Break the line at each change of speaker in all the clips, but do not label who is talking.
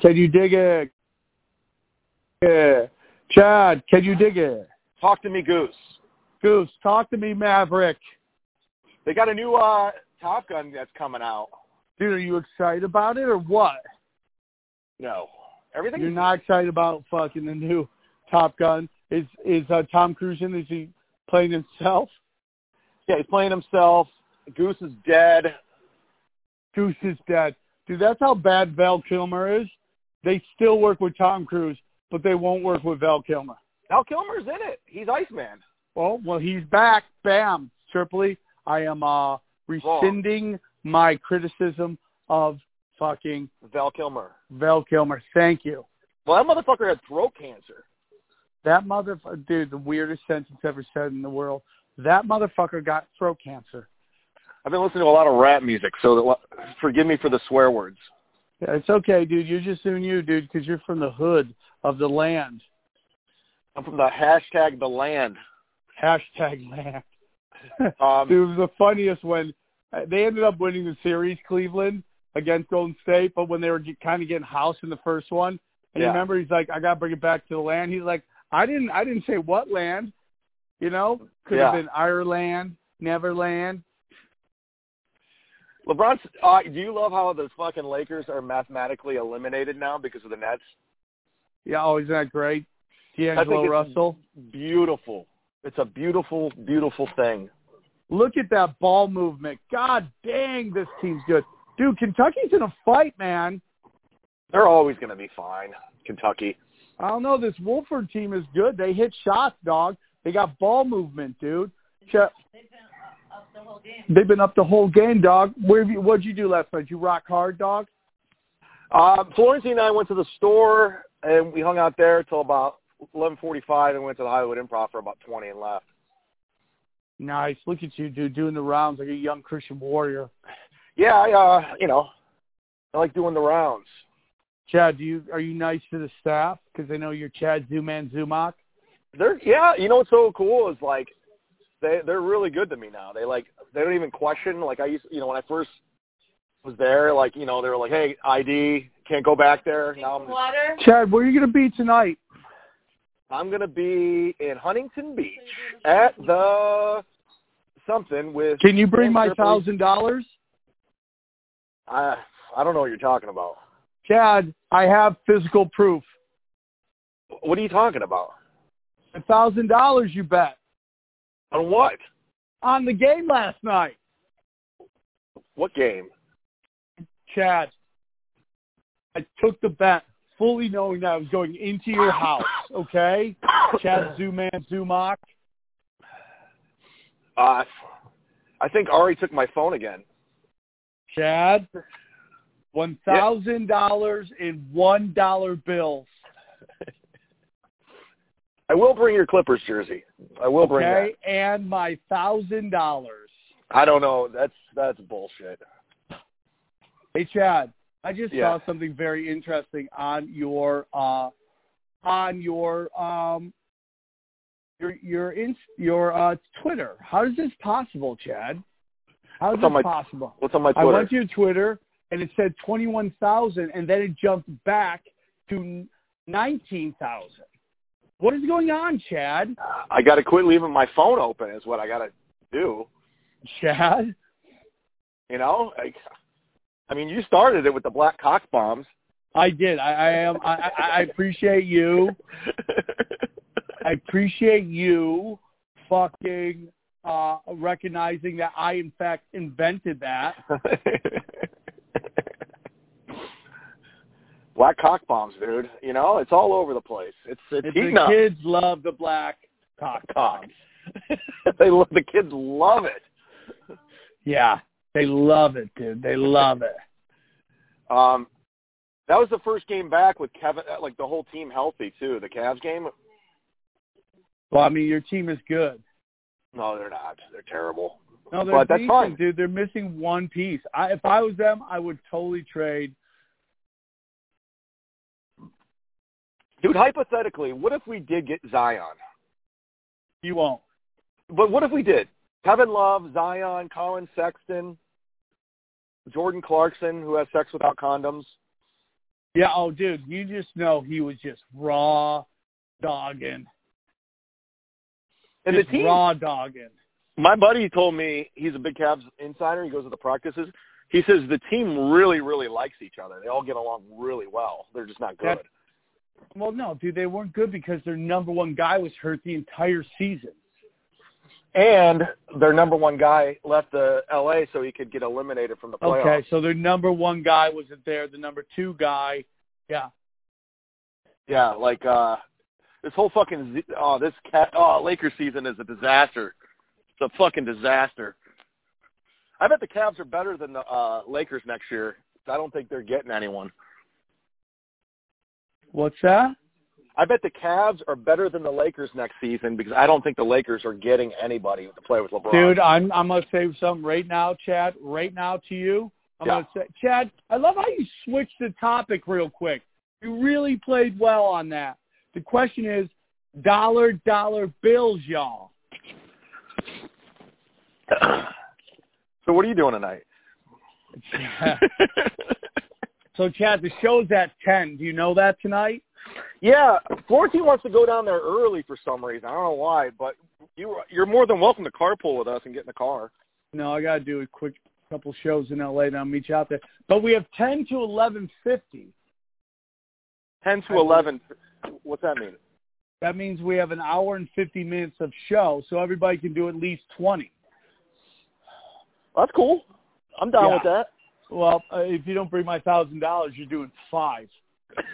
Can you dig it? Yeah. Chad, can you dig it?
Talk to me, Goose.
Goose, talk to me, Maverick.
They got a new uh, Top Gun that's coming out.
Dude, are you excited about it or what?
No, everything.
You're not excited about fucking the new Top Gun. Is is uh, Tom Cruise in? Is he playing himself?
Yeah, he's playing himself. Goose is dead.
Goose is dead. Dude, that's how bad Val Kilmer is. They still work with Tom Cruise, but they won't work with Val Kilmer.
Val Kilmer's in it. He's Iceman.
Well, well, he's back. Bam, Triple E. I am uh, rescinding my criticism of fucking
Val Kilmer.
Val Kilmer. Thank you.
Well, that motherfucker had throat cancer.
That mother, dude, the weirdest sentence ever said in the world. That motherfucker got throat cancer.
I've been listening to a lot of rap music, so that, forgive me for the swear words.
Yeah, it's okay, dude. You're just doing you, dude, because you're from the hood of the land.
I'm from the hashtag the land.
Hashtag land.
Um,
Dude, it was the funniest when uh, they ended up winning the series, Cleveland against Golden State. But when they were get, kind of getting housed in the first one, and you
Yeah.
remember he's like, "I got to bring it back to the land." He's like, "I didn't, I didn't say what land." You know, could have
Yeah.
been Ireland, Neverland.
LeBron's. Uh, do you love how the fucking Lakers are mathematically eliminated now because of the Nets?
Yeah, oh, isn't that great?
I think
D'Angelo
it's-
Russell.
Beautiful. It's a beautiful, beautiful thing.
Look at that ball movement. God dang, this team's good. Dude, Kentucky's in a fight, man.
They're always going to be fine, Kentucky.
I don't know. This Wolford team is good. They hit shots, dog. They got ball movement, dude. Che- They've been up the whole game, dog. Where have you, what'd you do last night? You rock hard, dog.
Uh, Florentine and I went to the store and we hung out there till about 11:45 and went to the Hollywood Improv for about 20 and left.
Nice. Look at you, dude, doing the rounds like a young Christian warrior.
Yeah, I, uh, you know, I like doing the rounds.
Chad, do you are you nice to the staff? Because they know you're Chad Zuman Zumach.
They're yeah, you know what's so cool is like they they're really good to me now. They like they don't even question like I used you know when I first was there like you know they were like hey ID can't go back there now I'm
Water.
Chad, where are you gonna be tonight?
I'm gonna be in Huntington Beach at the something with
Can you bring my
Triple E.
thousand dollars?
I I don't know what you're talking about.
Chad, I have physical proof.
What are you talking about?
A thousand dollars you bet
On what?
on the game last night.
What game?
Chad, I took the bet fully knowing that I was going into your house, okay? Chad Zuman Zumach.
Uh, I think Ari took my phone again.
Chad, one thousand dollars in one dollar bills.
I will bring your Clippers jersey. I will bring
Okay, and my thousand dollars.
that. I don't know. That's that's bullshit.
Hey Chad, I just
Yeah.
saw something very interesting on your uh on your um your your in, your uh Twitter. How is this possible, Chad? How is
It's on
this
my
possible?
What's on my
I
Twitter?
went to your Twitter and it said twenty one thousand, and then it jumped back to nineteen thousand. What is going on, Chad?
I got to quit leaving my phone open. Is what I got to do.
Chad,
You know. I, I mean, you started it with the black cock bombs.
I did. I, I am. I, I, I appreciate you. I appreciate you fucking uh, recognizing that I, in fact, invented that.
black cock bombs, dude. You know, it's all over the place. It's it's,
If
heating
the
up.
kids love the black cock
Cock.
bombs.
they lo- the kids love it.
Yeah, they love it, dude. They love it.
Um, that was the first game back with Kevin, uh, like the whole team healthy too. The Cavs game?
Well, I mean, your team is good.
No, they're not. They're terrible.
No, they're
But that's
decent,
fine.
dude. They're missing one piece. I, if I was them, I would totally trade.
Dude, hypothetically, what if we did get Zion?
You won't.
But what if we did? Kevin Love, Zion, Colin Sexton, Jordan Clarkson, who has sex without condoms.
Yeah. Oh, dude, you just know he was just raw dogging.
And
just
the team,
raw dogging.
my buddy told me he's a big Cavs insider. He goes to the practices. He says the team really, really likes each other. They all get along really well. They're just not good.
That- Well, no, dude, they weren't good because their number one guy was hurt the entire season.
And their number one guy left the L.A. so he could get eliminated from the playoffs.
Okay, so their number one guy wasn't there. The number two guy, yeah,
Yeah, like uh this whole fucking Z- oh this cat oh Lakers season is a disaster. It's a fucking disaster. I bet the Cavs are better than the uh Lakers next year. I don't think they're getting anyone.
what's that?
I bet the Cavs are better than the Lakers next season because I don't think the Lakers are getting anybody to play with LeBron.
Dude, I'm I'm gonna say something right now, Chad. Right now to you, I'm
Yeah.
gonna say, Chad. I love how you switched the topic real quick. You really played well on that. The question is, dollar dollar bills, y'all.
so what are you doing tonight?
so, Chad, the show's at ten. Do you know that tonight?
yeah, Florentine wants to go down there early for some reason. I don't know why, but you you're more than welcome to carpool with us and get in the car.
No, I gotta do a quick couple shows in L.A. Then I'll meet you out there. But we have ten to eleven fifty.
10 to
I-
11. What's that mean?
That means we have an hour and fifty minutes of show, so everybody can do at least twenty.
That's cool. I'm down
Yeah.
with that.
Well, uh, if you don't bring my thousand dollars, you're doing five.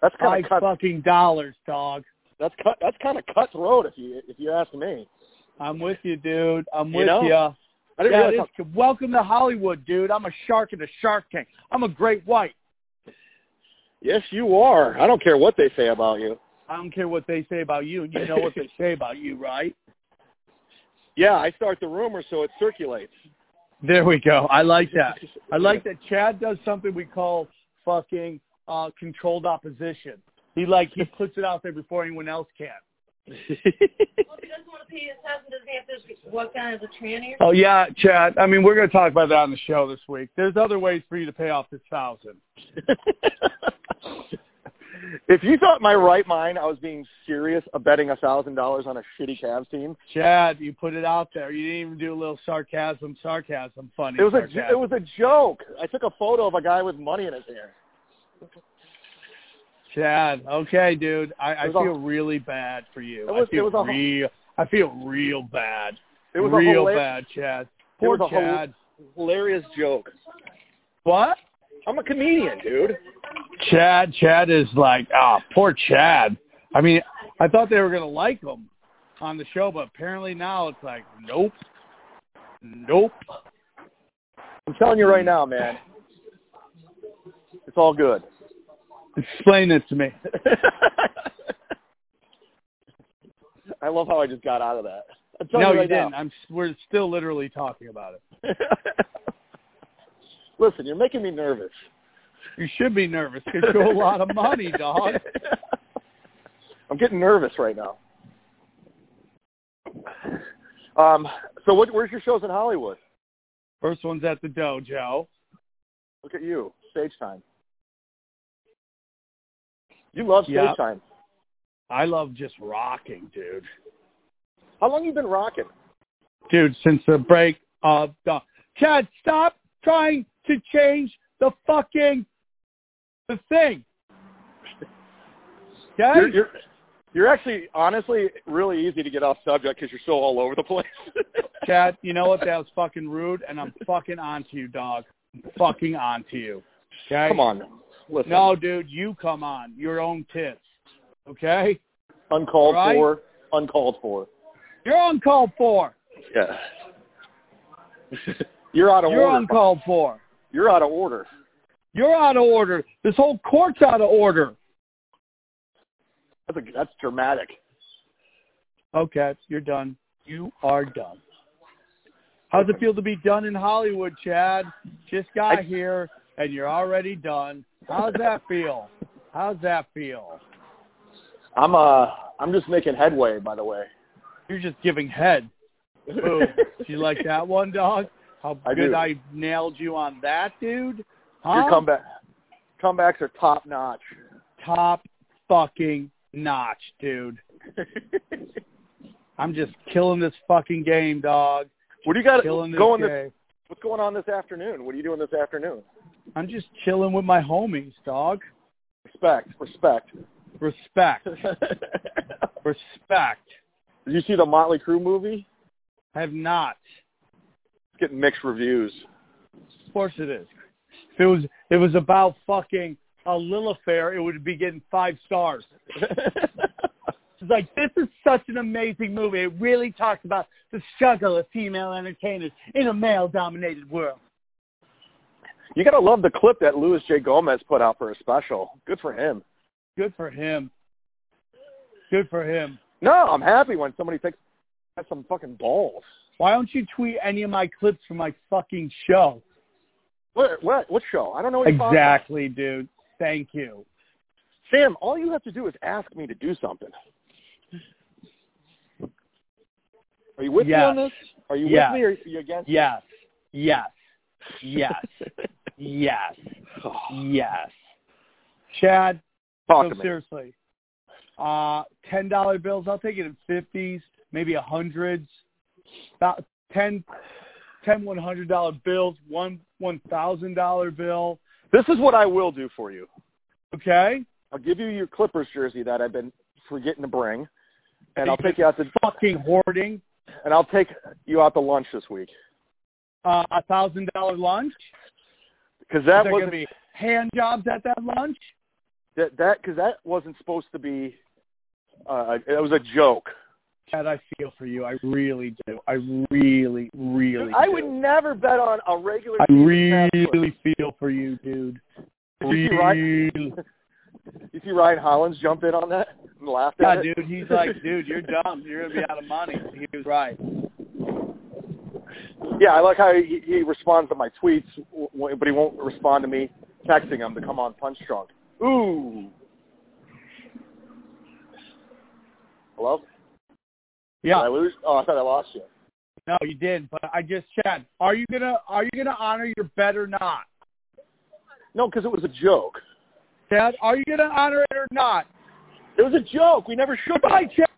that's
Five
kind of cut.
fucking dollars, dog.
That's cut. That's kind of cutthroat, if you if you ask me.
I'm with you, dude. I'm
You
with
know,
ya.
I didn't
Yeah,
realize.
it is. Welcome to Hollywood, dude. I'm a shark in a shark tank. I'm a great white.
how- yes, you are. I don't care what they say about you.
I don't care what they say about you, and you know what they say about you, right?
Yeah, I start the rumor so it circulates.
There we go. I like that. I like that Chad does something we call fucking uh controlled opposition. He like he puts it out there before anyone else can.
Well, if he doesn't want to pay his husband, doesn't he have to walk down as a tranny?
Oh yeah, Chad. I mean, we're going to talk about that on the show this week. There's other ways for you to pay off this thousand.
if you thought my right mind I was being serious of betting a thousand dollars on a shitty Cavs team,
Chad, you put it out there. You didn't even do a little sarcasm, sarcasm, funny.
it was a
sarcasm.
it was a joke. I took a photo of a guy with money in his hair.
Chad. Okay, dude. I, I
It was a-
feel really bad for you.
It was-
I feel
it was a-
real. I feel real bad.
It was a
real
hila-
bad, Chad. Poor
was a hol-
Chad.
hilarious joke.
What?
I'm a comedian, dude.
Chad. Chad is like, ah, poor Chad. I mean, I thought they were going to like him on the show, but apparently now it's like, nope, nope.
I'm telling you right now, man. It's all good.
Explain it to me.
I love how I just got out of that. I'm telling
No,
you
you
right
didn't. I'm. We're still literally talking about it.
now. Listen, you're making me nervous.
You should be nervous because you're a lot of money, dog.
I'm getting nervous right now. Um, so what, where's your shows in Hollywood?
First one's at the dojo.
Look at you, stage time. You love stage
Yeah.
time.
I love just rocking, dude.
How long you been rocking?
Dude, since the break of the Chad, stop trying to change the fucking the thing. Okay?
You're, you're, you're actually, honestly, really easy to get off subject because you're so all over the place.
Chad, you know what? That was fucking rude, and I'm fucking onto you, dog. I'm fucking onto you. Okay?
Come on, listen.
No, dude, you come on. Your own tits. Okay?
uncalled
Right?
for, uncalled for.
You're uncalled for.
Yeah. you're out of
You're
order.
uncalled for.
You're out of order.
You're out of order. This whole court's out of order.
That's a, that's dramatic.
Okay, you're done. You are done. How's it feel to be done in Hollywood, Chad? Just got
I-
here and you're already done. How's that feel? How's that feel?
I'm uh, I'm just making headway, by the way.
You're just giving head. Boom. Do you like that one, dog? How
I
good
do.
I nailed you on that, dude.
Your
Huh?
comeback comebacks are top notch.
Top fucking notch, dude. I'm just killing this fucking game, dog.
What do you got
Killing this
going? This,
game.
what's going on this afternoon? What are you doing this afternoon?
I'm just chilling with my homies, dog.
Respect, respect.
Respect.
Did
Respect.
you see the Motley Crue movie?
I have not.
It's getting mixed reviews.
Of course it is. If it was if it was about fucking a little affair, it would be getting five stars. It's like this is such an amazing movie. It really talks about the struggle of female entertainers in a male-dominated world.
you gotta love the clip that Louis J. Gomez put out for a special. Good for him.
Good for him. Good for him.
No, I'm happy when somebody takes has some fucking balls.
Why don't you tweet any of my clips from my fucking show?
What what what show? I don't know what you're talking about.
Exactly, dude. Thank you.
Sam, all you have to do is ask me to do something. Are you with me
Yes.
on this? Are you
Yes.
with me or are you against
Yes. Yes. Yes. yes.
me?
Yes. Chad,
Oh, Talk to
so
me.
seriously, uh, ten dollar bills. I'll take it in fifties, maybe a hundreds, about ten, ten one hundred dollar bills, one one thousand dollar bill.
This is what I will do for you.
Okay,
I'll give you your Clippers jersey that I've been forgetting to bring, and I'll take you out to
fucking hoarding.
and I'll take you out to lunch this week
Uh, A thousand dollar lunch.
because that
Is there
wasn't
gonna be hand jobs at that lunch?
that that because that wasn't supposed to be. Uh, it was a joke.
Chad, I feel for you. I really do. I really, really.
I
do.
would never bet on a regular.
I
season Cavs
really feel for you, dude.
Did you see Ryan-
Really.
win. You see Ryan Hollins jump in on that and laugh
Yeah,
at it.
dude. He's like, dude, you're dumb. You're gonna be out of money. He was right.
Yeah, I like how he, he responds to my tweets, w- w- but he won't respond to me texting him to come on Punch Drunk. Ooh. Hello? Did I
Yeah.
lose? Oh, I thought I lost you.
No, you did. But I just Chad, are you gonna are you gonna honor your bet or not?
No, because it was a joke.
Chad, are you gonna honor it or not?
It was a joke. We never should.
Goodbye, Chad.